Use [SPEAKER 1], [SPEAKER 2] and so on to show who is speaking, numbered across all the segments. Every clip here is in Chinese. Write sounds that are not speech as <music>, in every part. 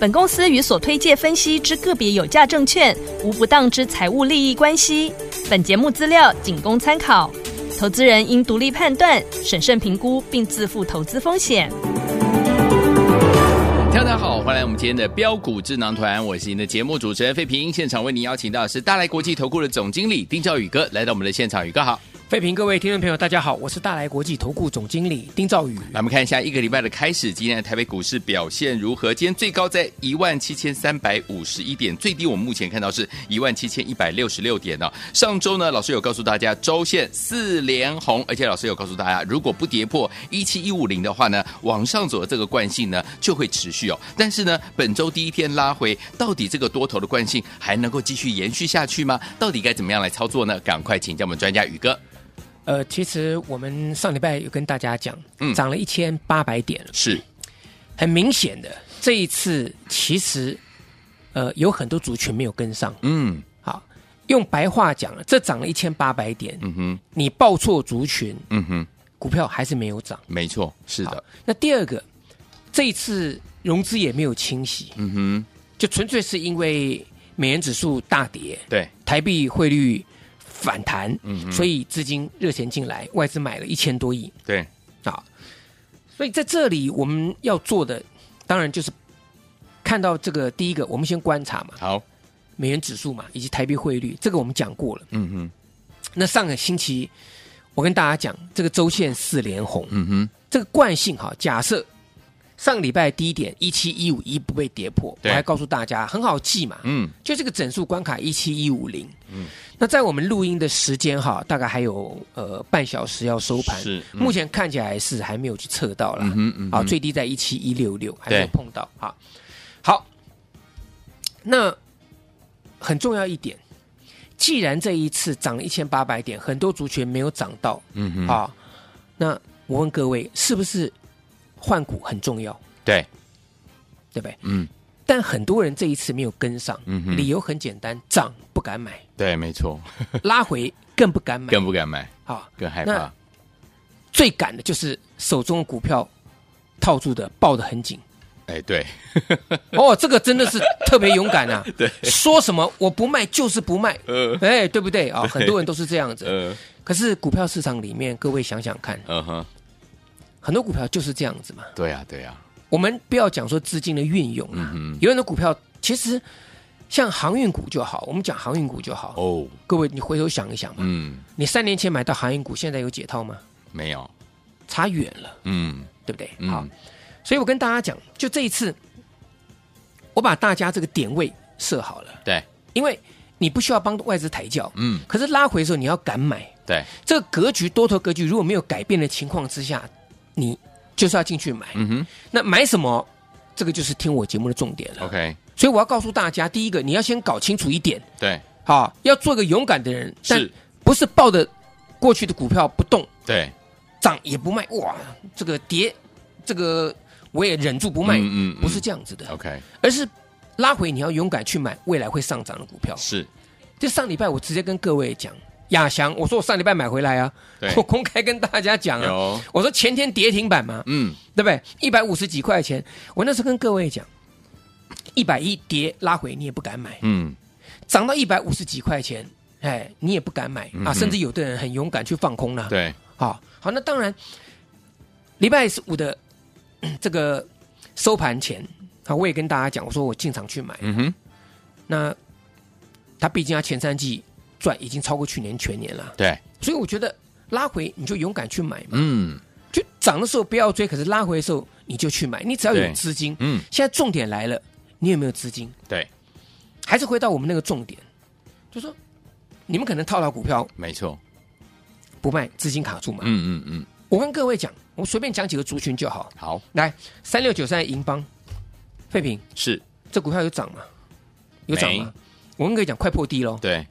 [SPEAKER 1] 本公司与所推介分析之个别有价证券无不当之财务利益关系。本节目资料仅供参考，投资人应独立判断、审慎评估并自负投资风险。
[SPEAKER 2] 大家好，欢迎来我们今天的标股智囊团，我是您的节目主持人费平。现场为您邀请到的是大来国际投顾的总经理丁兆宇哥来到我们的现场，宇哥好。
[SPEAKER 3] 费评各位听众朋友，大家好，我是大来国际投顾总经理丁兆宇。
[SPEAKER 2] 来，我们看一下一个礼拜的开始，今天的台北股市表现如何？今天最高在一万七千三百五十一点，最低我们目前看到是一万七千一百六十六点哦。上周呢，老师有告诉大家周线四连红，而且老师有告诉大家，如果不跌破一七一五零的话呢，往上走的这个惯性呢就会持续哦。但是呢，本周第一天拉回，到底这个多头的惯性还能够继续延续下去吗？到底该怎么样来操作呢？赶快请教我们专家宇哥。
[SPEAKER 3] 呃，其实我们上礼拜有跟大家讲，
[SPEAKER 2] 嗯
[SPEAKER 3] 涨了一千八百点，
[SPEAKER 2] 是，
[SPEAKER 3] 很明显的，这一次其实呃有很多族群没有跟上。
[SPEAKER 2] 嗯
[SPEAKER 3] 好，用白话讲，这涨了一千八百点，
[SPEAKER 2] 嗯哼，
[SPEAKER 3] 你报错族群，
[SPEAKER 2] 嗯哼。
[SPEAKER 3] 股票还是没有涨。
[SPEAKER 2] 没错，是
[SPEAKER 3] 好
[SPEAKER 2] 的，，
[SPEAKER 3] 那第二个，这一次融资也没有清洗，
[SPEAKER 2] 嗯哼，
[SPEAKER 3] 就纯粹是因为美元指数大跌，
[SPEAKER 2] 对，
[SPEAKER 3] 台币汇率反弹，
[SPEAKER 2] 嗯
[SPEAKER 3] 所以资金热钱进来，外资买了一千多亿
[SPEAKER 2] 对，
[SPEAKER 3] 啊。所以在这里我们要做的，当然就是看到这个第一个，我们先观察嘛，
[SPEAKER 2] 好，
[SPEAKER 3] 美元指数嘛，以及台币汇率，这个我们讲过了。
[SPEAKER 2] 嗯哼，
[SPEAKER 3] 那上个星期我跟大家讲，这个周线四连红，
[SPEAKER 2] 嗯哼，
[SPEAKER 3] 这个惯性哈，假设上礼拜低点一七一五一不被跌破，我
[SPEAKER 2] 对
[SPEAKER 3] 还告诉大家很好记嘛，
[SPEAKER 2] 嗯，
[SPEAKER 3] 就这个整数关卡一七一五零，嗯，那在我们录音的时间哈，大概还有呃半小时要收盘，
[SPEAKER 2] 是嗯
[SPEAKER 3] 目前看起来是还没有去测到啦，
[SPEAKER 2] 嗯哼嗯哼
[SPEAKER 3] 啊，最低在一七一六六还没有
[SPEAKER 2] 对
[SPEAKER 3] 碰到啊，好，那很重要一点，既然这一次涨了一千八百点，很多族群没有涨到，
[SPEAKER 2] 嗯哼，
[SPEAKER 3] 啊，那我问各位，是不是换股很重要，
[SPEAKER 2] 对，
[SPEAKER 3] 对不对？
[SPEAKER 2] 嗯，
[SPEAKER 3] 但很多人这一次没有跟上，
[SPEAKER 2] 嗯哼
[SPEAKER 3] 理由很简单，涨不敢买，
[SPEAKER 2] 对，没错，
[SPEAKER 3] 拉回更不敢买，
[SPEAKER 2] 更不敢买，
[SPEAKER 3] 啊，
[SPEAKER 2] 更害
[SPEAKER 3] 那
[SPEAKER 2] 怕，
[SPEAKER 3] 最敢的就是手中的股票套住的，抱得很紧。
[SPEAKER 2] 哎，对，
[SPEAKER 3] 哦，这个真的是特别勇敢啊！
[SPEAKER 2] <laughs> 对
[SPEAKER 3] 说什么我不卖就是不卖，
[SPEAKER 2] 呃，
[SPEAKER 3] 哎，对不对啊？
[SPEAKER 2] 对
[SPEAKER 3] 很多人都是这样子。
[SPEAKER 2] 呃，
[SPEAKER 3] 可是股票市场里面，各位想想看，
[SPEAKER 2] 嗯哼，
[SPEAKER 3] 很多股票就是这样子嘛。
[SPEAKER 2] 对呀，对啊呀，
[SPEAKER 3] 我们不要讲说资金的运用啊，
[SPEAKER 2] 嗯
[SPEAKER 3] 有很多股票其实像航运股就好，我们讲航运股就好。
[SPEAKER 2] 哦，
[SPEAKER 3] 各位，你回头想一想嘛，
[SPEAKER 2] 嗯，
[SPEAKER 3] 你三年前买到航运股，现在有解套吗？
[SPEAKER 2] 没有，
[SPEAKER 3] 差远了，
[SPEAKER 2] 嗯，
[SPEAKER 3] 对不对？
[SPEAKER 2] 嗯
[SPEAKER 3] 好，所以我跟大家讲，就这一次，我把大家这个点位设好了，
[SPEAKER 2] 对，
[SPEAKER 3] 因为你不需要帮外资抬轿，
[SPEAKER 2] 嗯，
[SPEAKER 3] 可是拉回的时候你要敢买，
[SPEAKER 2] 对，
[SPEAKER 3] 这个格局多头格局如果没有改变的情况之下，你就是要进去买。
[SPEAKER 2] 嗯哼
[SPEAKER 3] 那买什么？这个就是听我节目的重点了。
[SPEAKER 2] ，OK，
[SPEAKER 3] 所以我要告诉大家，第一个你要先搞清楚一点，
[SPEAKER 2] 对，
[SPEAKER 3] 好，要做个勇敢的人，但
[SPEAKER 2] 是
[SPEAKER 3] 不是抱着过去的股票不动，
[SPEAKER 2] 对，
[SPEAKER 3] 涨也不卖，哇，这个跌，这个我也忍住不卖，
[SPEAKER 2] 嗯嗯嗯
[SPEAKER 3] 不是这样子的，
[SPEAKER 2] ，OK，
[SPEAKER 3] 而是拉回你要勇敢去买未来会上涨的股票。
[SPEAKER 2] 是，
[SPEAKER 3] 就上礼拜我直接跟各位讲，亚翔，我说我上礼拜买回来啊
[SPEAKER 2] 对，
[SPEAKER 3] 我公开跟大家讲啊，
[SPEAKER 2] 有，
[SPEAKER 3] 我说前天跌停板嘛，
[SPEAKER 2] 嗯，
[SPEAKER 3] 对不对？一百五十几块钱，我那时候跟各位讲，一百一跌拉回你也不敢买。
[SPEAKER 2] 嗯，
[SPEAKER 3] 涨到一百五十几块钱，哎，你也不敢买
[SPEAKER 2] 嗯
[SPEAKER 3] 啊，
[SPEAKER 2] 哼
[SPEAKER 3] 甚至有的人很勇敢去放空了。，
[SPEAKER 2] 对，
[SPEAKER 3] 好，好，那当然，礼拜五的嗯这个收盘前啊，我也跟大家讲，我说我进场去买，
[SPEAKER 2] 嗯哼，
[SPEAKER 3] 那他毕竟他前三季赚已经超过去年全年了，
[SPEAKER 2] 对，
[SPEAKER 3] 所以我觉得拉回你就勇敢去买嘛，
[SPEAKER 2] 嗯，
[SPEAKER 3] 就涨的时候不要追，可是拉回的时候你就去买，你只要
[SPEAKER 2] 对
[SPEAKER 3] 有资金。
[SPEAKER 2] 嗯，
[SPEAKER 3] 现在重点来了，你有没有资金？
[SPEAKER 2] 对，
[SPEAKER 3] 还是回到我们那个重点，就说你们可能套牢股票
[SPEAKER 2] 没错，
[SPEAKER 3] 不卖，资金卡住嘛。
[SPEAKER 2] 嗯嗯嗯，
[SPEAKER 3] 我跟各位讲，我随便讲几个族群就好。
[SPEAKER 2] 好，
[SPEAKER 3] 来，三六九三银邦，废品
[SPEAKER 2] 是，
[SPEAKER 3] 这股票有涨吗？有涨吗？我们可以讲快破低喽，
[SPEAKER 2] 对，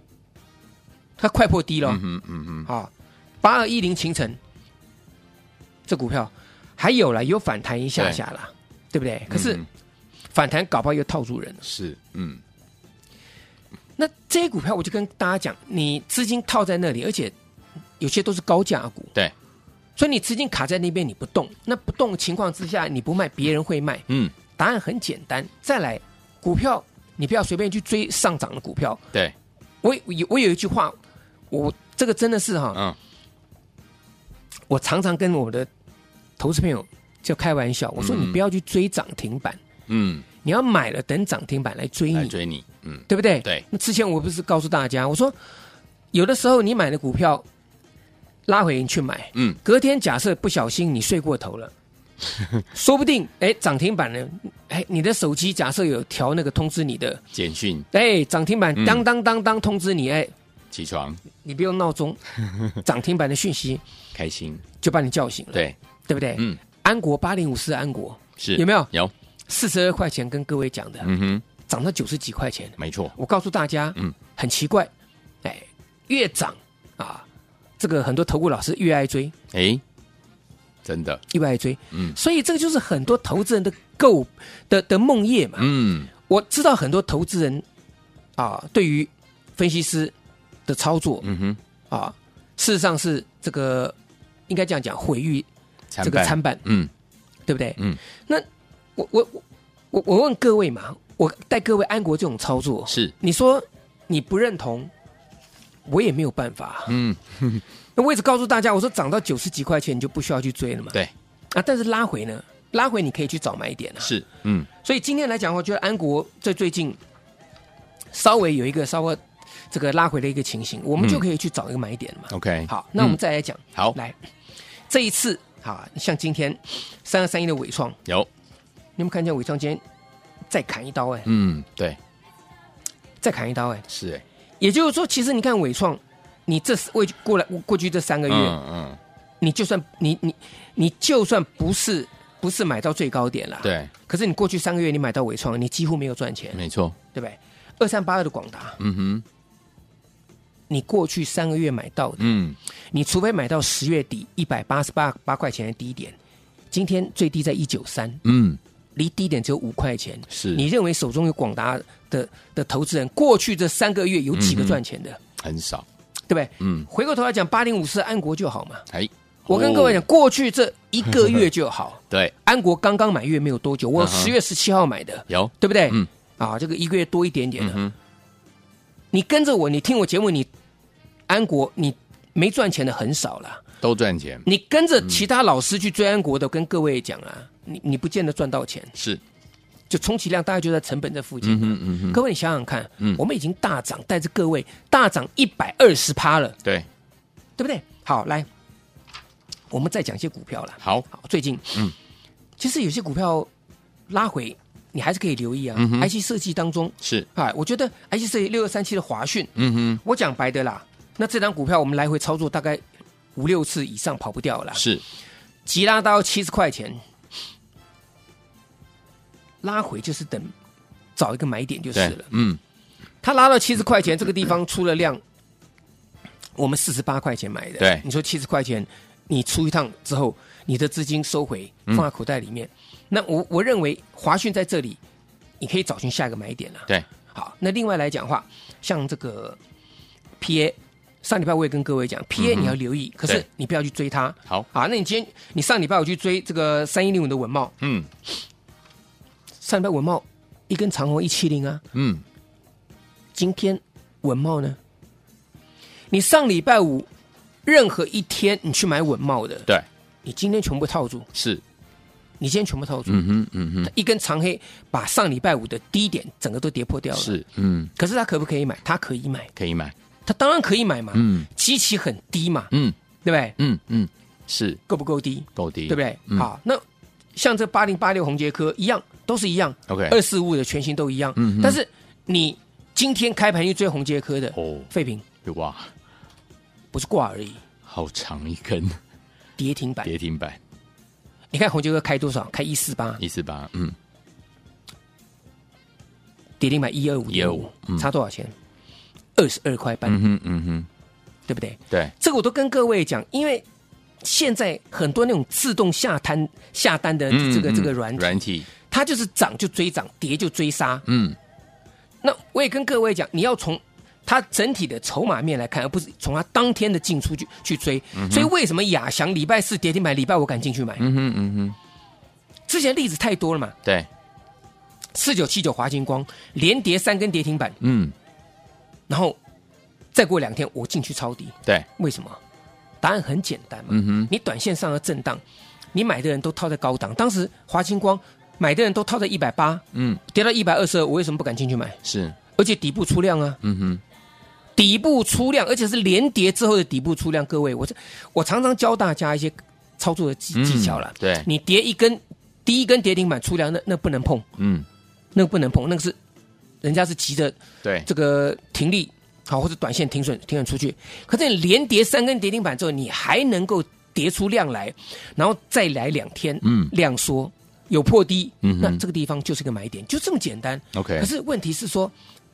[SPEAKER 3] 它快破低喽
[SPEAKER 2] 嗯。哼嗯哼，
[SPEAKER 3] 好，啊八二一零秦城这股票还有了，有反弹一下下啦，对不对？可是
[SPEAKER 2] 嗯哼
[SPEAKER 3] 反弹搞不好又套住人了。
[SPEAKER 2] 是嗯
[SPEAKER 3] 那这些股票我就跟大家讲，你资金套在那里，而且有些都是高价股，
[SPEAKER 2] 对，
[SPEAKER 3] 所以你资金卡在那边你不动，那不动的情况之下你不卖，别人会卖。
[SPEAKER 2] 嗯
[SPEAKER 3] 答案很简单，再来股票你不要随便去追上涨的股票。
[SPEAKER 2] 对
[SPEAKER 3] 我我有我有一句话，我这个真的是哈、
[SPEAKER 2] 嗯
[SPEAKER 3] 我常常跟我的投资朋友就开玩笑，我说
[SPEAKER 2] 嗯
[SPEAKER 3] 你不要去追涨停板，
[SPEAKER 2] 嗯，
[SPEAKER 3] 你要买了等涨停板来追
[SPEAKER 2] 来
[SPEAKER 3] 你，
[SPEAKER 2] 追你，嗯
[SPEAKER 3] 对不对？
[SPEAKER 2] 对。
[SPEAKER 3] 那之前我不是告诉大家，我说有的时候你买的股票拉回你去买，
[SPEAKER 2] 嗯
[SPEAKER 3] 隔天假设不小心你睡过
[SPEAKER 2] <laughs>
[SPEAKER 3] 头了。说不定，哎，涨停板呢？哎，你的手机假设有调那个通知你的，
[SPEAKER 2] 简讯
[SPEAKER 3] 哎，涨停板
[SPEAKER 2] 嗯
[SPEAKER 3] 当当当当通知你，哎，
[SPEAKER 2] 起床
[SPEAKER 3] 你不用闹钟，涨停板的讯息
[SPEAKER 2] 开心，
[SPEAKER 3] 就把你叫醒了，
[SPEAKER 2] 对，
[SPEAKER 3] 对不对？
[SPEAKER 2] 嗯
[SPEAKER 3] 安国八零五四，安国
[SPEAKER 2] 是
[SPEAKER 3] 有没有
[SPEAKER 2] 有，
[SPEAKER 3] 四十二块钱跟各位讲的，
[SPEAKER 2] 嗯哼，
[SPEAKER 3] 涨到九十几块钱，
[SPEAKER 2] 没错，
[SPEAKER 3] 我告诉大家，
[SPEAKER 2] 嗯
[SPEAKER 3] 嗯，很奇怪，哎，越涨啊，这个很多投顾老师越爱追，
[SPEAKER 2] 哎，真的，
[SPEAKER 3] 越爱追，
[SPEAKER 2] 嗯
[SPEAKER 3] 所以这个就是很多投资人的购的的梦魇嘛。
[SPEAKER 2] 嗯
[SPEAKER 3] 我知道很多投资人啊，对于分析师的操作
[SPEAKER 2] 嗯哼，
[SPEAKER 3] 啊，事实上是这个应该这样讲，毁誉
[SPEAKER 2] 参
[SPEAKER 3] 这个
[SPEAKER 2] 半
[SPEAKER 3] 参半，
[SPEAKER 2] 嗯
[SPEAKER 3] 对不对？
[SPEAKER 2] 嗯，
[SPEAKER 3] 那我我我我我问各位嘛，我带各位安国这种操作，
[SPEAKER 2] 是，
[SPEAKER 3] 你说你不认同，我也没有办法。
[SPEAKER 2] 嗯
[SPEAKER 3] <laughs> 那我一直告诉大家，我说涨到九十几块钱，你就不需要去追了嘛。
[SPEAKER 2] 对
[SPEAKER 3] 啊，但是拉回呢，拉回你可以去找买点啊。
[SPEAKER 2] 是，嗯
[SPEAKER 3] 所以今天来讲，我觉得安国在最近稍微有一个稍微这个拉回的一个情形，我
[SPEAKER 2] 嗯
[SPEAKER 3] 们就可以去找一个买点了嘛。
[SPEAKER 2] ，OK，
[SPEAKER 3] 好，那我们
[SPEAKER 2] 嗯
[SPEAKER 3] 再来讲，
[SPEAKER 2] 好
[SPEAKER 3] 来这一次啊，像今天三二三一的伟创，
[SPEAKER 2] 有，
[SPEAKER 3] 你们看见伟创今天再砍一刀哎、
[SPEAKER 2] 嗯对
[SPEAKER 3] 再砍一刀哎、
[SPEAKER 2] 是哎，
[SPEAKER 3] 也就是说，其实你看伟创，你这过去过来过去这三个月，
[SPEAKER 2] 嗯嗯
[SPEAKER 3] 你就算你你你就算不是不是买到最高点了，。
[SPEAKER 2] 嗯对，
[SPEAKER 3] 可是你过去三个月你买到伟创，你几乎没有赚钱，
[SPEAKER 2] 没错，
[SPEAKER 3] 对不对？二三八二的广达，
[SPEAKER 2] 嗯哼
[SPEAKER 3] 你过去三个月买到的，
[SPEAKER 2] 嗯
[SPEAKER 3] 你除非买到十月底一百八十八八块钱的低点，今天最低在一九三，
[SPEAKER 2] 嗯
[SPEAKER 3] 离低点只有五块钱。
[SPEAKER 2] 是，
[SPEAKER 3] 你认为手中有广达的的投资人，过去这三个月有
[SPEAKER 2] 嗯
[SPEAKER 3] 几个赚钱的，
[SPEAKER 2] 很少，
[SPEAKER 3] 对不对？
[SPEAKER 2] 嗯
[SPEAKER 3] 回过头来讲，八零五四安国就好嘛。
[SPEAKER 2] 哎，
[SPEAKER 3] 我跟各位讲，
[SPEAKER 2] 哦，。
[SPEAKER 3] 过去这一个月就好
[SPEAKER 2] <laughs> 对
[SPEAKER 3] 安国刚刚满月没有多久，我
[SPEAKER 2] 嗯哼
[SPEAKER 3] 十月十七号买的，
[SPEAKER 2] 有，
[SPEAKER 3] 对不对？
[SPEAKER 2] 嗯
[SPEAKER 3] 啊，这个一个月多一点点
[SPEAKER 2] 嗯
[SPEAKER 3] 的。
[SPEAKER 2] 哼
[SPEAKER 3] 你跟着我，你听我节目，你安国你没赚钱的很少了。
[SPEAKER 2] 都赚钱
[SPEAKER 3] 你跟着其他老师去追安国的，我跟各位讲啊，你你不见得赚到钱，
[SPEAKER 2] 是，
[SPEAKER 3] 就充其量大概就在成本这附近。
[SPEAKER 2] 嗯哼嗯哼，
[SPEAKER 3] 各位，你想想看，
[SPEAKER 2] 嗯
[SPEAKER 3] 我们已经大涨，带着各位大涨一百二十趴了，
[SPEAKER 2] 对，
[SPEAKER 3] 对不对？好，来，我们再讲一些股票了。
[SPEAKER 2] 好，
[SPEAKER 3] 好，最近，
[SPEAKER 2] 嗯
[SPEAKER 3] 嗯，其实有些股票拉回，你还是可以留意啊。
[SPEAKER 2] 嗯哼
[SPEAKER 3] IC 设计当中，
[SPEAKER 2] 是，
[SPEAKER 3] 啊，我觉得 IC 设计六二三七的华讯，
[SPEAKER 2] 嗯哼
[SPEAKER 3] 我讲白的啦，那这张股票我们来回操作大概五六次以上，跑不掉了啦。
[SPEAKER 2] 是，
[SPEAKER 3] 急拉到七十块钱，拉回就是等找一个买点就是
[SPEAKER 2] 对
[SPEAKER 3] 了。，
[SPEAKER 2] 嗯
[SPEAKER 3] 它拉到七十块钱这个地方出了量，我们四十八块钱买的。
[SPEAKER 2] 对
[SPEAKER 3] 你说七十块钱，你出一趟之后，你的资金收回
[SPEAKER 2] 嗯
[SPEAKER 3] 放在口袋里面，那我我认为华讯在这里，你可以找寻下一个买点了、
[SPEAKER 2] 对，
[SPEAKER 3] 好，那另外来讲的话，像这个 PA，上礼拜我也跟各位讲，PA 你要留意，可
[SPEAKER 2] 嗯
[SPEAKER 3] 是
[SPEAKER 2] 对
[SPEAKER 3] 你不要去追它。
[SPEAKER 2] 好
[SPEAKER 3] 啊，那你今天你上礼拜我去追这个三一零五的文茂，
[SPEAKER 2] 嗯
[SPEAKER 3] 上礼拜文茂一根长虹一七零啊，
[SPEAKER 2] 嗯
[SPEAKER 3] 今天文茂呢？你上礼拜五任何一天你去买文茂的，
[SPEAKER 2] 对
[SPEAKER 3] 你今天全部套住，
[SPEAKER 2] 是，
[SPEAKER 3] 你今天全部套住，
[SPEAKER 2] 嗯哼嗯哼
[SPEAKER 3] 一根长黑把上礼拜五的低点整个都跌破掉了。，
[SPEAKER 2] 是，嗯
[SPEAKER 3] 可是他可不可以买？他可以买，
[SPEAKER 2] 可以买，
[SPEAKER 3] 他当然可以买嘛。
[SPEAKER 2] 嗯
[SPEAKER 3] 基期很低嘛，
[SPEAKER 2] 嗯
[SPEAKER 3] 对不对？
[SPEAKER 2] 嗯嗯是
[SPEAKER 3] 够不够低？
[SPEAKER 2] 够低，
[SPEAKER 3] 对不对？
[SPEAKER 2] 嗯
[SPEAKER 3] 好，那像这八零八六红杰科一样，都是一样，
[SPEAKER 2] ？OK，
[SPEAKER 3] 二四五的全新都一样。
[SPEAKER 2] 嗯哼
[SPEAKER 3] 但是你今天开盘去追红杰科的
[SPEAKER 2] 哦
[SPEAKER 3] 废品，
[SPEAKER 2] 哇，
[SPEAKER 3] 不是挂而已，
[SPEAKER 2] 好长一根
[SPEAKER 3] 跌停板。
[SPEAKER 2] 跌停板嗯
[SPEAKER 3] 你看红杰科开多少？开一四八，
[SPEAKER 2] 一四八，嗯
[SPEAKER 3] 跌停板一二五点五
[SPEAKER 2] 125嗯，
[SPEAKER 3] 差多少钱？二十二块半，
[SPEAKER 2] 嗯哼嗯哼，
[SPEAKER 3] 对不对？
[SPEAKER 2] 对，
[SPEAKER 3] 这个我都跟各位讲，因为现在很多那种自动下单下单的呃这个、
[SPEAKER 2] 嗯
[SPEAKER 3] 这个
[SPEAKER 2] 嗯
[SPEAKER 3] 软体，
[SPEAKER 2] 软体，
[SPEAKER 3] 它就是涨就追涨，跌就追杀。
[SPEAKER 2] 嗯，
[SPEAKER 3] 那我也跟各位讲，你要从它整体的筹码面来看，而不是从它当天的进出去去追。所以为什么亚翔礼拜四跌停板，礼拜五敢进去买？
[SPEAKER 2] 嗯哼嗯哼，
[SPEAKER 3] 之前例子太多了嘛，
[SPEAKER 2] 对，
[SPEAKER 3] 四九七九华金光连跌三根跌停板，
[SPEAKER 2] 嗯
[SPEAKER 3] 然后再过两天我进去抄底，
[SPEAKER 2] 对，
[SPEAKER 3] 为什么？答案很简单嘛，
[SPEAKER 2] 嗯哼
[SPEAKER 3] 你短线上的震荡，你买的人都套在高档，当时华金光买的人都套在一百八，
[SPEAKER 2] 嗯
[SPEAKER 3] 跌到一百二十二，我为什么不敢进去买？
[SPEAKER 2] 是，
[SPEAKER 3] 而且底部出量啊，
[SPEAKER 2] 嗯哼
[SPEAKER 3] 底部出量，而且是连跌之后的底部出量。各位，我这我常常教大家一些操作的技
[SPEAKER 2] 嗯
[SPEAKER 3] 技巧了。
[SPEAKER 2] 对
[SPEAKER 3] 你跌一根，第一根跌停板出量，那那不能碰，
[SPEAKER 2] 嗯
[SPEAKER 3] 那个不能碰，那个是人家是急着
[SPEAKER 2] 对，
[SPEAKER 3] 这个停利，好或者短线停损停损出去。可是你连跌三根跌停板之后，你还能够跌出量来，然后再来两天，
[SPEAKER 2] 嗯
[SPEAKER 3] 量缩有破低，
[SPEAKER 2] 嗯哼
[SPEAKER 3] 那这个地方就是个买点，就这么简单。
[SPEAKER 2] OK
[SPEAKER 3] 可是问题是说，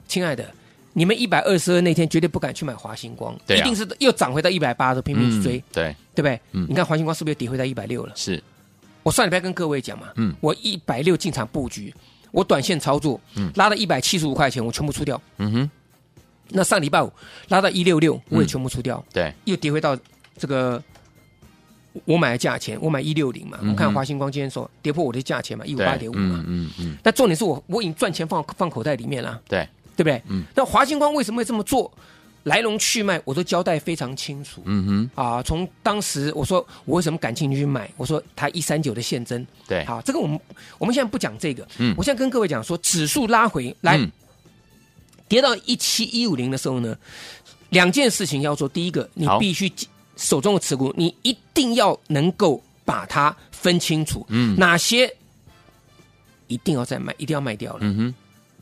[SPEAKER 3] 亲爱的。你们一百二十二那天绝对不敢去买华星光，
[SPEAKER 2] 对啊
[SPEAKER 3] 一定是又涨回到一百八的拼命去追，
[SPEAKER 2] 嗯对，
[SPEAKER 3] 对不对？
[SPEAKER 2] 嗯
[SPEAKER 3] 你看华星光是不是又跌回到一百六了？
[SPEAKER 2] 是，
[SPEAKER 3] 我上礼拜跟各位讲嘛，
[SPEAKER 2] 嗯
[SPEAKER 3] 我一百六进场布局，我短线操作，拉到一百七十五块钱，我全部出掉。
[SPEAKER 2] 嗯哼，
[SPEAKER 3] 那上礼拜五拉到一六六，
[SPEAKER 2] 嗯
[SPEAKER 3] 我也全部出掉，
[SPEAKER 2] 对，
[SPEAKER 3] 又跌回到这个我买的价钱，我买一六零嘛。
[SPEAKER 2] 嗯哼
[SPEAKER 3] 我看华星光今天说跌破我的价钱嘛，一五
[SPEAKER 2] 对
[SPEAKER 3] 八点五啊嘛
[SPEAKER 2] 嗯。嗯嗯，
[SPEAKER 3] 那重点是我我已经赚钱放放口袋里面了，
[SPEAKER 2] 对，
[SPEAKER 3] 对不对？
[SPEAKER 2] 嗯
[SPEAKER 3] 那华星光为什么会这么做？来龙去脉我都交代非常清楚。
[SPEAKER 2] 嗯哼，
[SPEAKER 3] 啊，从当时我说我为什么感兴趣去买，我说它一三九的现增，
[SPEAKER 2] 对，
[SPEAKER 3] 好，这个我们我们现在不讲这个，
[SPEAKER 2] 哎嗯
[SPEAKER 3] 我现在跟各位讲说，指数拉回来、
[SPEAKER 2] 嗯
[SPEAKER 3] 跌到一七一五零的时候呢，两件事情要做。第一个，你
[SPEAKER 2] 好
[SPEAKER 3] 必须手中的持股，你一定要能够把它分清楚，
[SPEAKER 2] 嗯
[SPEAKER 3] 哪些一定要再卖，一定要卖掉了。
[SPEAKER 2] 嗯哼，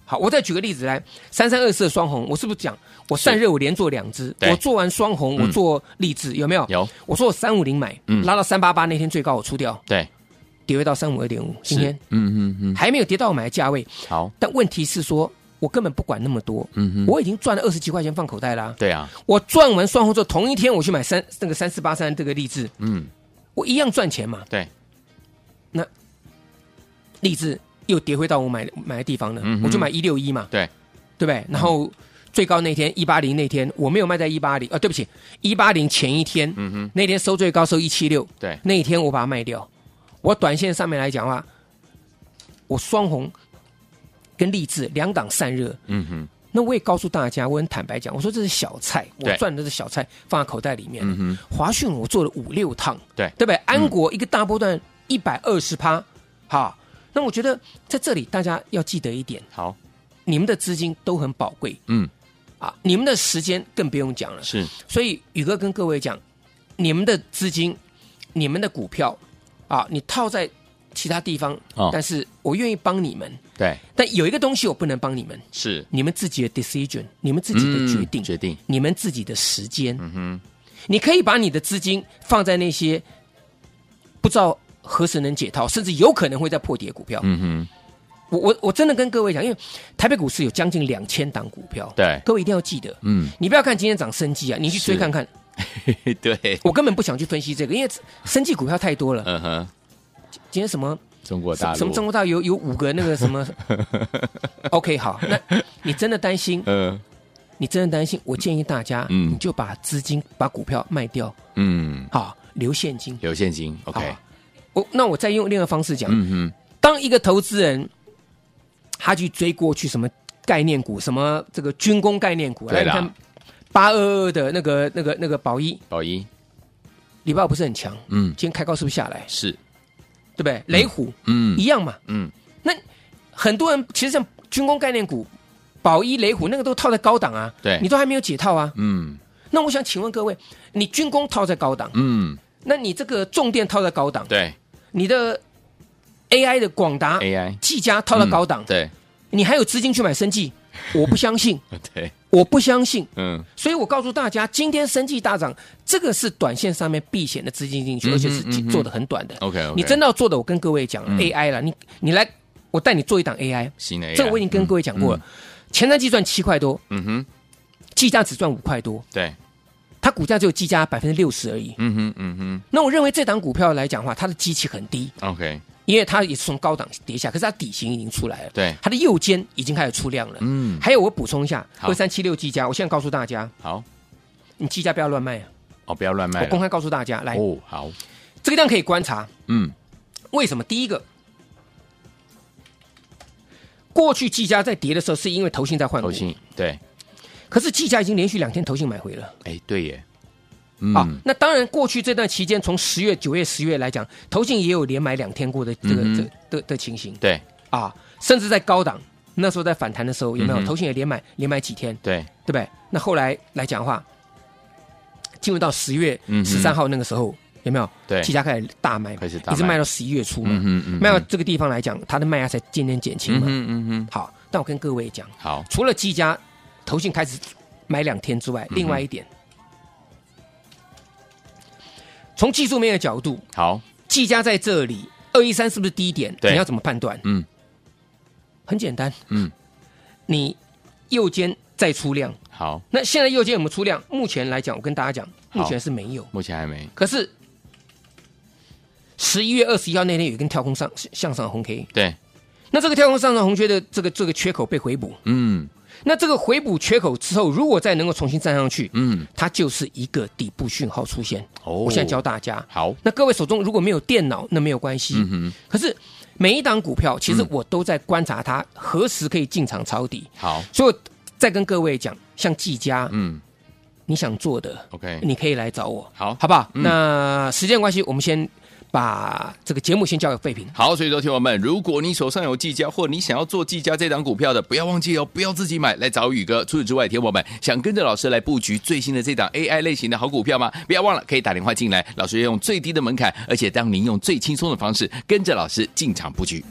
[SPEAKER 3] 好，我再举个例子来，三三二四的双红，我是不是讲我散热我连做两只，
[SPEAKER 2] 对
[SPEAKER 3] 我做完双红，
[SPEAKER 2] 嗯
[SPEAKER 3] 我做励志，有没有？
[SPEAKER 2] 有，
[SPEAKER 3] 我说我三五零买，
[SPEAKER 2] 嗯
[SPEAKER 3] 拉到三八八那天最高我出掉，
[SPEAKER 2] 对，
[SPEAKER 3] 跌回到三五二点五，今
[SPEAKER 2] 是
[SPEAKER 3] 天。
[SPEAKER 2] 嗯嗯嗯，
[SPEAKER 3] 还没有跌到我买的价位，
[SPEAKER 2] 好，
[SPEAKER 3] 但问题是说，我根本不管那么多，
[SPEAKER 2] 嗯哼，
[SPEAKER 3] 我已经赚了二十几块钱放口袋啦、
[SPEAKER 2] 对啊，
[SPEAKER 3] 我赚完算后之后，同一天我去买三那个三四八三这个励志，
[SPEAKER 2] 嗯，
[SPEAKER 3] 我一样赚钱嘛。
[SPEAKER 2] 对，
[SPEAKER 3] 励志又跌回到我买买的地方了，
[SPEAKER 2] 嗯哼
[SPEAKER 3] 我就买一六一嘛，
[SPEAKER 2] 对，嗯
[SPEAKER 3] 对不对？然后最高那天一八零那天我没有卖在一八零，啊，对不起，一八零前一天，
[SPEAKER 2] 嗯哼，
[SPEAKER 3] 那天收最高收一七六，
[SPEAKER 2] 对，
[SPEAKER 3] 那一天我把它卖掉。我短线上面来讲的话，我双红跟励志两档散热，
[SPEAKER 2] 嗯哼，
[SPEAKER 3] 那我也告诉大家，我很坦白讲，我说这是小菜，我
[SPEAKER 2] 对
[SPEAKER 3] 赚的是小菜，放在口袋里面。
[SPEAKER 2] 嗯哼，
[SPEAKER 3] 华讯我做了五六趟，
[SPEAKER 2] 对嗯
[SPEAKER 3] 对不对？安国一个大波段一百二十趴，哈。那我觉得在这里大家要记得一点，
[SPEAKER 2] 好，
[SPEAKER 3] 你们的资金都很宝贵
[SPEAKER 2] 嗯，
[SPEAKER 3] 啊，你们的时间更不用讲了。
[SPEAKER 2] 是，
[SPEAKER 3] 所以宇哥跟各位讲，你们的资金、你们的股票啊，你套在其他地方，
[SPEAKER 2] 哦
[SPEAKER 3] 呃但是我愿意帮你们，
[SPEAKER 2] 对，
[SPEAKER 3] 但有一个东西我不能帮你们，
[SPEAKER 2] 是，
[SPEAKER 3] 你们自己的 decision，你们自
[SPEAKER 2] 自
[SPEAKER 3] 己的决定，
[SPEAKER 2] 嗯决定，
[SPEAKER 3] 你们自己的时间。
[SPEAKER 2] 嗯
[SPEAKER 3] 你可以把你的资金放在那些不知道何时能解套，甚至有可能会在破底的股票。
[SPEAKER 2] 哼，嗯哼，
[SPEAKER 3] 我我我真的跟各位讲，因为台北股市有将近两千档股票，
[SPEAKER 2] 对，
[SPEAKER 3] 各位一定要记得， <laughs>
[SPEAKER 2] 嗯，
[SPEAKER 3] 你不要看今天涨生技啊，你去追
[SPEAKER 2] 是
[SPEAKER 3] 看看。
[SPEAKER 2] 对，
[SPEAKER 3] 我根本不想去分析这个，因为生技股票太多了。
[SPEAKER 2] <laughs> 嗯哼，
[SPEAKER 3] 今天什么
[SPEAKER 2] 中国
[SPEAKER 3] 什
[SPEAKER 2] 大
[SPEAKER 3] 么
[SPEAKER 2] 陆，
[SPEAKER 3] 什么中国大陆有有五个那个
[SPEAKER 2] <laughs>
[SPEAKER 3] 什么？OK，好，那你真的担心？
[SPEAKER 2] 呃，
[SPEAKER 3] 你真的担心？我建议大家，
[SPEAKER 2] 嗯
[SPEAKER 3] 你就把资金把股票卖掉，
[SPEAKER 2] 嗯，
[SPEAKER 3] 好留现金。
[SPEAKER 2] 有现金，OK，
[SPEAKER 3] 好我那我再用另外一个方式讲，
[SPEAKER 2] 嗯哼，
[SPEAKER 3] 当一个投资人他去追过去什么概念股，什么这个军工概念股，
[SPEAKER 2] 对
[SPEAKER 3] 你
[SPEAKER 2] 啦
[SPEAKER 3] 看八二二的那个那个那个宝一，
[SPEAKER 2] 宝一，
[SPEAKER 3] 礼拜五不是很强，
[SPEAKER 2] 嗯，
[SPEAKER 3] 今天开高是不是下来？
[SPEAKER 2] 是，
[SPEAKER 3] 对不对？雷虎、
[SPEAKER 2] 嗯
[SPEAKER 3] 一样嘛。
[SPEAKER 2] 嗯，
[SPEAKER 3] 很多人其实像军工概念股，宝一、雷虎那个都套在高档啊，
[SPEAKER 2] 对
[SPEAKER 3] 你都还没有解套啊。
[SPEAKER 2] 嗯
[SPEAKER 3] 那我想请问各位，你军工套在高档，
[SPEAKER 2] 嗯，
[SPEAKER 3] 那你这个重电套在高档，
[SPEAKER 2] 对
[SPEAKER 3] 你的 AI 的广达、
[SPEAKER 2] ，AI
[SPEAKER 3] 技嘉套在啊高档，
[SPEAKER 2] 嗯对 <laughs>
[SPEAKER 3] 你还有资金去买生技？我不相信， <laughs>
[SPEAKER 2] 对，
[SPEAKER 3] 我不相信。
[SPEAKER 2] 嗯
[SPEAKER 3] 所以我告诉大家，今天生技大涨，这个是短线上面避险的资金进去，
[SPEAKER 2] 嗯哼
[SPEAKER 3] 而且是
[SPEAKER 2] 嗯哼
[SPEAKER 3] 做的很短的。
[SPEAKER 2] ，OK，
[SPEAKER 3] 你真
[SPEAKER 2] 的
[SPEAKER 3] 的要做的，我跟各位讲、
[SPEAKER 2] 嗯
[SPEAKER 3] AI 了，你你来我带你做一档 AI，
[SPEAKER 2] 新的 AI，
[SPEAKER 3] 这个我已经跟各位讲过
[SPEAKER 2] 嗯
[SPEAKER 3] 了，前瞻计算七块多，
[SPEAKER 2] 嗯，嗯哼，
[SPEAKER 3] 技嘉只赚五块多，
[SPEAKER 2] 对，
[SPEAKER 3] 它股价只有技嘉百分之六十而已。
[SPEAKER 2] 嗯哼，嗯
[SPEAKER 3] 那我认为这档股票来讲的话，它的基期很低，
[SPEAKER 2] 哼，OK，
[SPEAKER 3] 因为它也是从高档跌下，可是它底型已经出来了，
[SPEAKER 2] 对
[SPEAKER 3] 它的右肩已经开始出量了。
[SPEAKER 2] 嗯，
[SPEAKER 3] 还有我补充一下，
[SPEAKER 2] 好
[SPEAKER 3] 二三七六技嘉，我现在告诉大家，
[SPEAKER 2] 好，
[SPEAKER 3] 你技嘉不要乱卖啊！
[SPEAKER 2] 哦，不要乱卖
[SPEAKER 3] 我
[SPEAKER 2] 了
[SPEAKER 3] 公开告诉大家，来，
[SPEAKER 2] 哦，好，
[SPEAKER 3] 这个量可以观察，
[SPEAKER 2] 嗯，
[SPEAKER 3] 为什么？第一个，过去技嘉在跌的时候，是因为投信在换股
[SPEAKER 2] 投，信，对，
[SPEAKER 3] 可是技嘉已经连续两天投信买回了、
[SPEAKER 2] 哎，对耶，
[SPEAKER 3] 啊
[SPEAKER 2] 嗯，。
[SPEAKER 3] 那当然，过去这段期间，从十月、九月、十月来讲，投信也有连买两天过的这个、
[SPEAKER 2] 嗯哼
[SPEAKER 3] 这这的的情形
[SPEAKER 2] 对，
[SPEAKER 3] 啊，甚至在高档那时候在反弹的时候，有没有、
[SPEAKER 2] 嗯哼
[SPEAKER 3] 投信也连买连买几天，
[SPEAKER 2] 对，
[SPEAKER 3] 对不对？那后来来讲的话，进入到十月
[SPEAKER 2] 嗯
[SPEAKER 3] 十
[SPEAKER 2] 哼
[SPEAKER 3] 三号那个时候，有没有？
[SPEAKER 2] 对
[SPEAKER 3] 技嘉开始大卖，
[SPEAKER 2] 开始大卖
[SPEAKER 3] 一直卖到十一月初嘛。
[SPEAKER 2] 嗯哼，嗯哼，
[SPEAKER 3] 卖到这个地方来讲，它的卖压才渐渐减轻
[SPEAKER 2] 嗯
[SPEAKER 3] 嘛。
[SPEAKER 2] 哼，嗯哼，
[SPEAKER 3] 好，但我跟各位讲，
[SPEAKER 2] 好，
[SPEAKER 3] 除了技嘉、投信开始买两天之外，
[SPEAKER 2] 嗯哼
[SPEAKER 3] 另外一点，从技术面的角度，
[SPEAKER 2] 好，
[SPEAKER 3] 技嘉在这里二一三是不是低点？
[SPEAKER 2] 对
[SPEAKER 3] 你要怎么判断？
[SPEAKER 2] 嗯，
[SPEAKER 3] 很简单，
[SPEAKER 2] 嗯，
[SPEAKER 3] 你右肩再出量。
[SPEAKER 2] 好，
[SPEAKER 3] 那现在右肩有没有出量？目前来讲，我跟大家讲，
[SPEAKER 2] 好
[SPEAKER 3] 目前是没有。
[SPEAKER 2] 目前还没，
[SPEAKER 3] 可是十一月二十一号那天有一根跳空上向上的红 K，
[SPEAKER 2] 对，
[SPEAKER 3] 那这个跳空上涨红缺的这个这个缺口被回补，
[SPEAKER 2] 嗯
[SPEAKER 3] 那这个回补缺口之后，如果再能够重新站上去，
[SPEAKER 2] 嗯，
[SPEAKER 3] 它就是一个底部讯号出现。
[SPEAKER 2] 哦，
[SPEAKER 3] 我现在教大家，
[SPEAKER 2] 好，
[SPEAKER 3] 那各位手中如果没有电脑，那没有关系。
[SPEAKER 2] 嗯哼，嗯
[SPEAKER 3] 可是每一档股票，其实我都在观察它何时可以进场抄底，
[SPEAKER 2] 好，
[SPEAKER 3] 所以我再跟各位讲，像技嘉，
[SPEAKER 2] 嗯
[SPEAKER 3] 你想做的，
[SPEAKER 2] ，OK，
[SPEAKER 3] 你可以来找我，
[SPEAKER 2] 好
[SPEAKER 3] 好不好？
[SPEAKER 2] 嗯
[SPEAKER 3] 那时间关系，我们先把这个节目先交给费平。
[SPEAKER 2] 好，所以说听友们，如果你手上有技嘉，或你想要做技嘉这档股票的，不要忘记哦，不要自己买，来找宇哥。除此之外，听友们想跟着老师来布局最新的这档 AI 类型的好股票吗？不要忘了可以打电话进来，老师要用最低的门槛，而且让您用最轻松的方式跟着老师进场布局。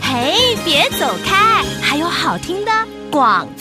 [SPEAKER 4] 嘿，别走开，还有好听的广。
[SPEAKER 2] <laughs>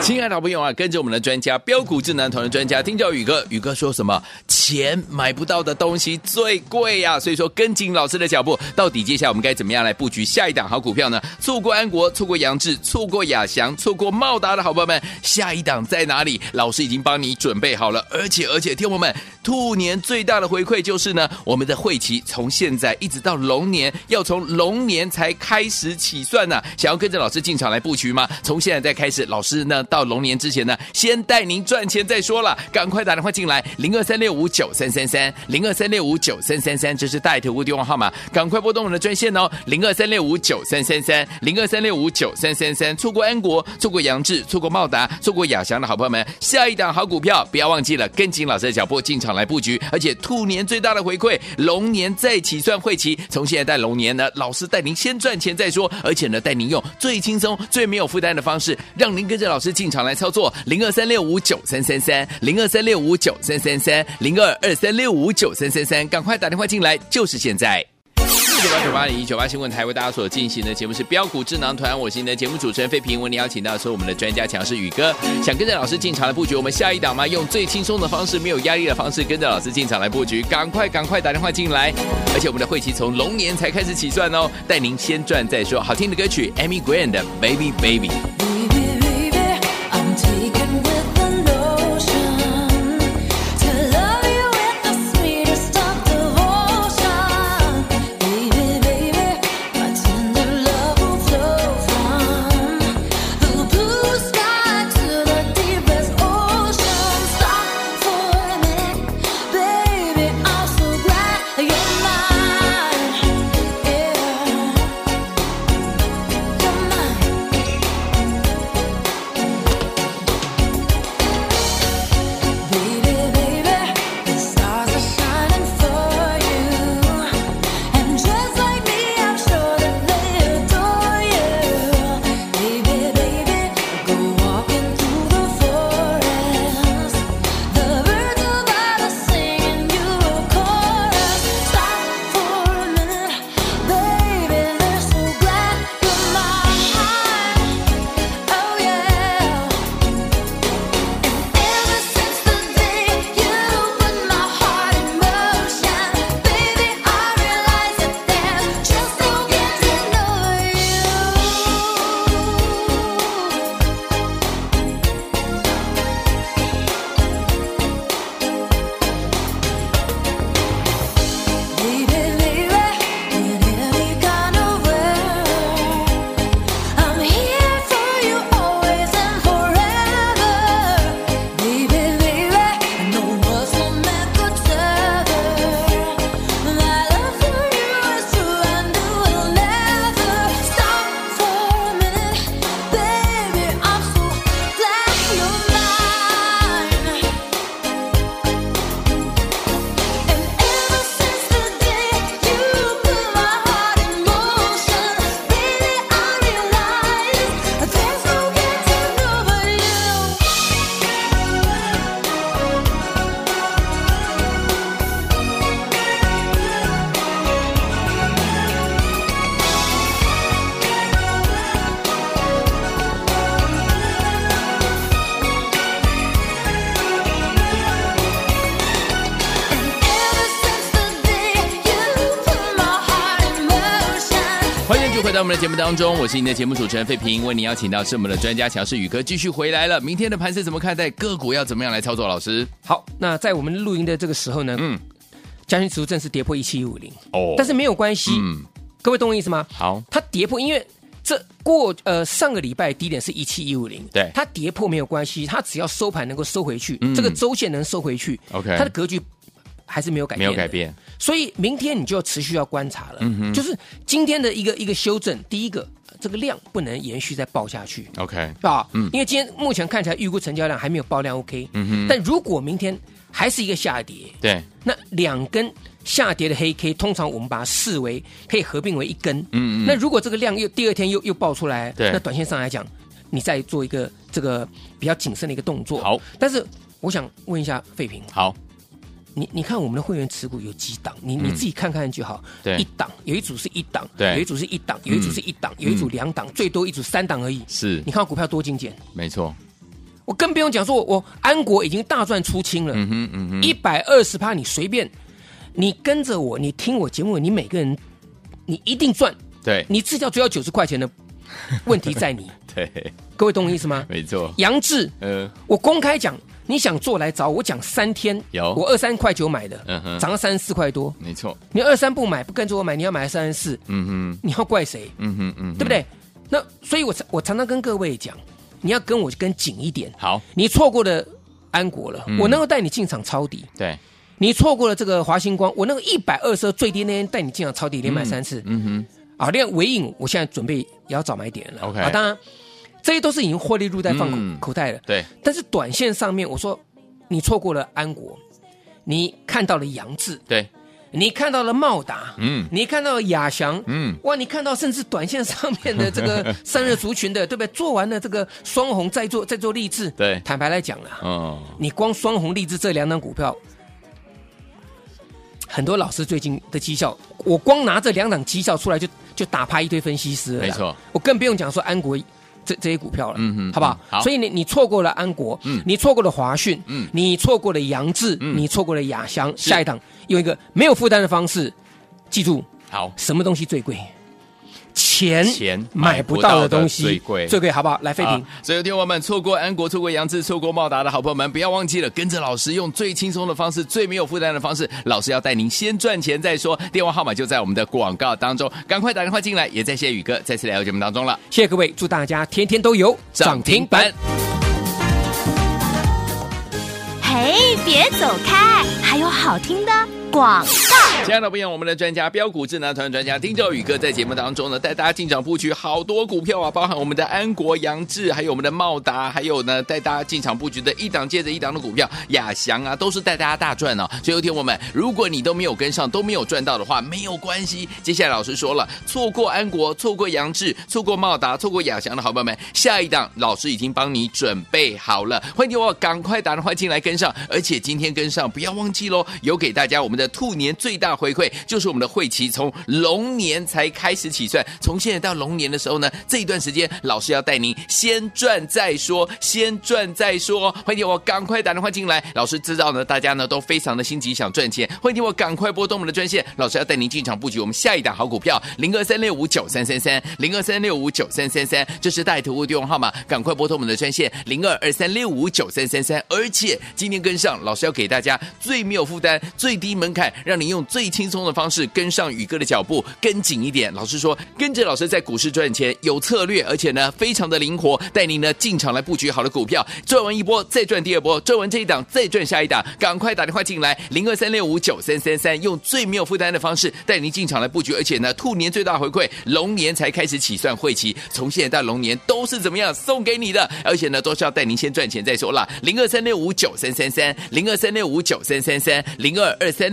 [SPEAKER 2] 亲爱的好朋友啊，跟着我们的专家标股智囊团的专家丁兆宇哥，宇哥说什么？钱买不到的东西最贵呀、所以说跟紧老师的脚步，到底接下来我们该怎么样来布局下一档好股票呢？错过安国，错过杨志，错过亚翔，错过茂达的好朋友们，下一档在哪里？老师已经帮你准备好了，而且而且，听我们，兔年最大的回馈就是呢，我们的会期从现在一直到龙年，要从龙年才开始起算呢、想要跟着老师进场来布局吗？从现在再开始，老师呢到龙年之前呢，先带您赚钱再说了。赶快打电话进来，零二三六五九三三三，零二三六五九三三三，这是带头屋电话号码，赶快拨动我们的专线哦，零二三六五九三三三，零二三六五九三三三。错过安国，错过杨志，错过茂达，错过亚翔的好朋友们，下一档好股票不要忘记了，跟紧老师的脚步进场来布局，而且兔年最大的回馈，龙年再起算会期，从现在带龙年呢，老师带您先赚钱再说，而且呢，带您用最轻松、最没有负担的方式，让您跟着老师进场来操作。零二三六五九三三三，零二三六五九三三三，零二二三六五九三三三，赶快打电话进来，就是现在。九八九八零一九八新闻台为大家所进行的节目是标股智囊团，我是你的节目主持人费平。为你邀请到的是我们的专家强势宇哥，想跟着老师进场来布局，我们下一档吗？用最轻松的方式，没有压力的方式，跟着老师进场来布局，赶快赶快打电话进来。而且我们的会期从龙年才开始起算哦，带您先赚再说。好听的歌曲，Amy Grant 的 Baby Baby。
[SPEAKER 5] Baby, baby, I'm taken with the notion to love you with the sweetest of devotion. Baby, baby, my tender love will flow from the blue sky to the deepest ocean. Stop for a minute, baby, I'm so glad you're mine. Yeah, you're mine. Oh,
[SPEAKER 2] 续回到我们的节目当中，我是你的节目主持人费平，为您邀请到是我们的专家强势宇哥继续回来了。明天的盘是怎么看待？个股要怎么样来操作？老师，
[SPEAKER 3] 好，那在我们录音的这个时候呢，
[SPEAKER 2] 嗯，
[SPEAKER 3] 加权指数正式跌破一七一五零，
[SPEAKER 2] 哦
[SPEAKER 3] 但是没有关系，
[SPEAKER 2] 嗯，
[SPEAKER 3] 各位懂我意思吗？
[SPEAKER 2] 好，
[SPEAKER 3] 它跌破，因为这过呃上个礼拜低点是一七一五零，
[SPEAKER 2] 对
[SPEAKER 3] 它跌破没有关系，它只要收盘能够收回去，
[SPEAKER 2] 嗯
[SPEAKER 3] 这个周线能收回去
[SPEAKER 2] OK
[SPEAKER 3] 它的格局还是没有改
[SPEAKER 2] 没
[SPEAKER 3] 变，
[SPEAKER 2] 有改。变，
[SPEAKER 3] 所以明天你就要持续要观察了，
[SPEAKER 2] 嗯
[SPEAKER 3] 就是今天的一个一个修正，第一个呃这个量不能延续再爆下去，
[SPEAKER 2] OK，
[SPEAKER 3] 啊，
[SPEAKER 2] 嗯
[SPEAKER 3] 因为今天目前看起来预估成交量还没有爆量 OK，
[SPEAKER 2] 嗯哼
[SPEAKER 3] 但如果明天还是一个下跌，
[SPEAKER 2] 对，
[SPEAKER 3] 那两根下跌的黑 K，通常我们把它视为可以合并为一根，
[SPEAKER 2] 嗯嗯
[SPEAKER 3] 那如果这个量又第二天又又爆出来，
[SPEAKER 2] 对
[SPEAKER 3] 那短线上来讲，你再做一个这个比较谨慎的一个动作，
[SPEAKER 2] 好，
[SPEAKER 3] 但是我想问一下费平，
[SPEAKER 2] 好，
[SPEAKER 3] 你你看我们的会员持股有几档，你你自己看看就好。
[SPEAKER 2] 嗯对
[SPEAKER 3] 一档有一组是一档，
[SPEAKER 2] 对嗯
[SPEAKER 3] 有一组是一档，有一组是一档，有一组两档，最多一组三档而已。
[SPEAKER 2] 是
[SPEAKER 3] 你看股票多精简，
[SPEAKER 2] 没错，
[SPEAKER 3] 我更不用讲说我，我安国已经大赚出清了，
[SPEAKER 2] 嗯哼，嗯哼，
[SPEAKER 3] 一百二十趴，你随便，你跟着我，你听我节目，你每个人你一定赚，
[SPEAKER 2] 对，
[SPEAKER 3] 你自己要追到九十块钱的问题在你，
[SPEAKER 2] <laughs>
[SPEAKER 3] <laughs>
[SPEAKER 2] 对，
[SPEAKER 3] 各位懂我意思吗？
[SPEAKER 2] 没错，
[SPEAKER 3] 杨志，
[SPEAKER 2] 呃，
[SPEAKER 3] 我公开讲，你想做来找我，我讲三天，
[SPEAKER 2] 有
[SPEAKER 3] 我二三块九买的，
[SPEAKER 2] 嗯哼
[SPEAKER 3] 涨到三十四块多，
[SPEAKER 2] 没错，
[SPEAKER 3] 你二三不买，不跟着我买，你要买三十四，
[SPEAKER 2] 嗯哼，
[SPEAKER 3] 你要怪谁？
[SPEAKER 2] 嗯哼，嗯哼，
[SPEAKER 3] 对不？对？那所以我常我常常跟各位讲，你要跟我跟紧一点，
[SPEAKER 2] 好，
[SPEAKER 3] 你错过了安国了，
[SPEAKER 2] 嗯
[SPEAKER 3] 我能够带你进场抄底；
[SPEAKER 2] 对，
[SPEAKER 3] 你错过了这个华星光，我那个一百二十最低那天带你进场抄底，连买
[SPEAKER 2] 嗯
[SPEAKER 3] 三次、
[SPEAKER 2] 嗯
[SPEAKER 3] 啊！另外尾影，我现在准备也要找买点了。
[SPEAKER 2] OK
[SPEAKER 3] 啊，当然这些都是已经获利入袋放口、
[SPEAKER 2] 嗯
[SPEAKER 3] 口袋了
[SPEAKER 2] 哼，。对，
[SPEAKER 3] 但是短线上面，我说你错过了安国，你看到了杨志，
[SPEAKER 2] 对，
[SPEAKER 3] 你看到了茂达，
[SPEAKER 2] 嗯
[SPEAKER 3] 你看到了亚翔，
[SPEAKER 2] 嗯
[SPEAKER 3] 哇，你看到甚至短线上面的这
[SPEAKER 2] <laughs>
[SPEAKER 3] 个散热族群的，对不对？做完了这个双红，再做再做励志，
[SPEAKER 2] 对
[SPEAKER 3] 坦白来讲啊啦，
[SPEAKER 2] 哦，
[SPEAKER 3] 你光双红励志这两档股票，很多老师最近的绩效，我光拿这两档绩效出来就就打趴一堆分析师了啦，
[SPEAKER 2] 没错
[SPEAKER 3] 我更不用讲说安国。这这些股票了，
[SPEAKER 2] 嗯哼
[SPEAKER 3] 好不好？
[SPEAKER 2] 嗯好
[SPEAKER 3] 所以你你错过了安国，
[SPEAKER 2] 嗯
[SPEAKER 3] 你错过了华讯，
[SPEAKER 2] 嗯
[SPEAKER 3] 你错过了杨志，
[SPEAKER 2] 嗯
[SPEAKER 3] 你错过了雅翔，
[SPEAKER 2] 是
[SPEAKER 3] 下一档用一个没有负担的方式，记住
[SPEAKER 2] 好，
[SPEAKER 3] 什么东西最贵？钱
[SPEAKER 2] 钱
[SPEAKER 3] 买不到的东西
[SPEAKER 2] 买不到的最贵
[SPEAKER 3] 最贵好不好？来，废品
[SPEAKER 2] 啊，所以有听友们错过安国、错过杨志、错过茂达的好朋友们，不要忘记了，跟着老师用最轻松的方式、最没有负担的方式，老师要带您先赚钱再说。电话号码就在我们的广告当中，赶快打电话进来。也再谢谢宇哥再次来到节目当中了，
[SPEAKER 3] 谢谢各位，祝大家天天都有涨停板。。
[SPEAKER 4] 嘿，别走开，还有好听的广。
[SPEAKER 2] 亲爱的朋友我们的专家标股智囊团专家丁兆宇哥在节目当中呢，带大家进场布局好多股票啊，包含我们的安国、杨志，还有我们的茂达，还有呢带大家进场布局的一档接着一档的股票，亚翔啊，都是带大家大赚哦。所以，有天我们，如果你都没有跟上，都没有赚到的话，没有关系。接下来老师说了，错过安国、错过杨志、错过茂达、错过亚翔的好朋友们，下一档老师已经帮你准备好了，欢迎我赶快打电话进来跟上，而且今天跟上不要忘记喽，有给大家我们的兔年最大回馈，就是我们的会期从龙年才开始起算，从现在到龙年的时候呢，这一段时间老师要带您先赚再说，先赚再说哦，欢迎我赶快打电话进来，老师知道呢，大家呢都非常的心急想赚钱，欢迎我赶快拨动我们的专线，老师要带您进场布局我们下一档好股票零二三六五九三三三零二三六五九三三三，这是带图物电话号码，赶快拨通我们的专线零二二三六五九三三三。而且今天跟上，老师要给大家最没有负担、最低门槛，让您用最轻松的方式跟上宇哥的脚步，跟紧一点。老师说，跟着老师在股市赚钱，有策略，而且呢非常的灵活，带您呢进场来布局好的股票，赚完一波再赚第二波，赚完这一档再赚下一档，赶快打电话进来零二三六五九三三三，用最没有负担的方式带您进场来布局，而且呢兔年最大回馈，龙年才开始起算会期，从现在到龙年都是怎么样送给你的，而且呢都是要带您先赚钱再说啦。零二三六五九三三三，零二三六五九三三三，零二二三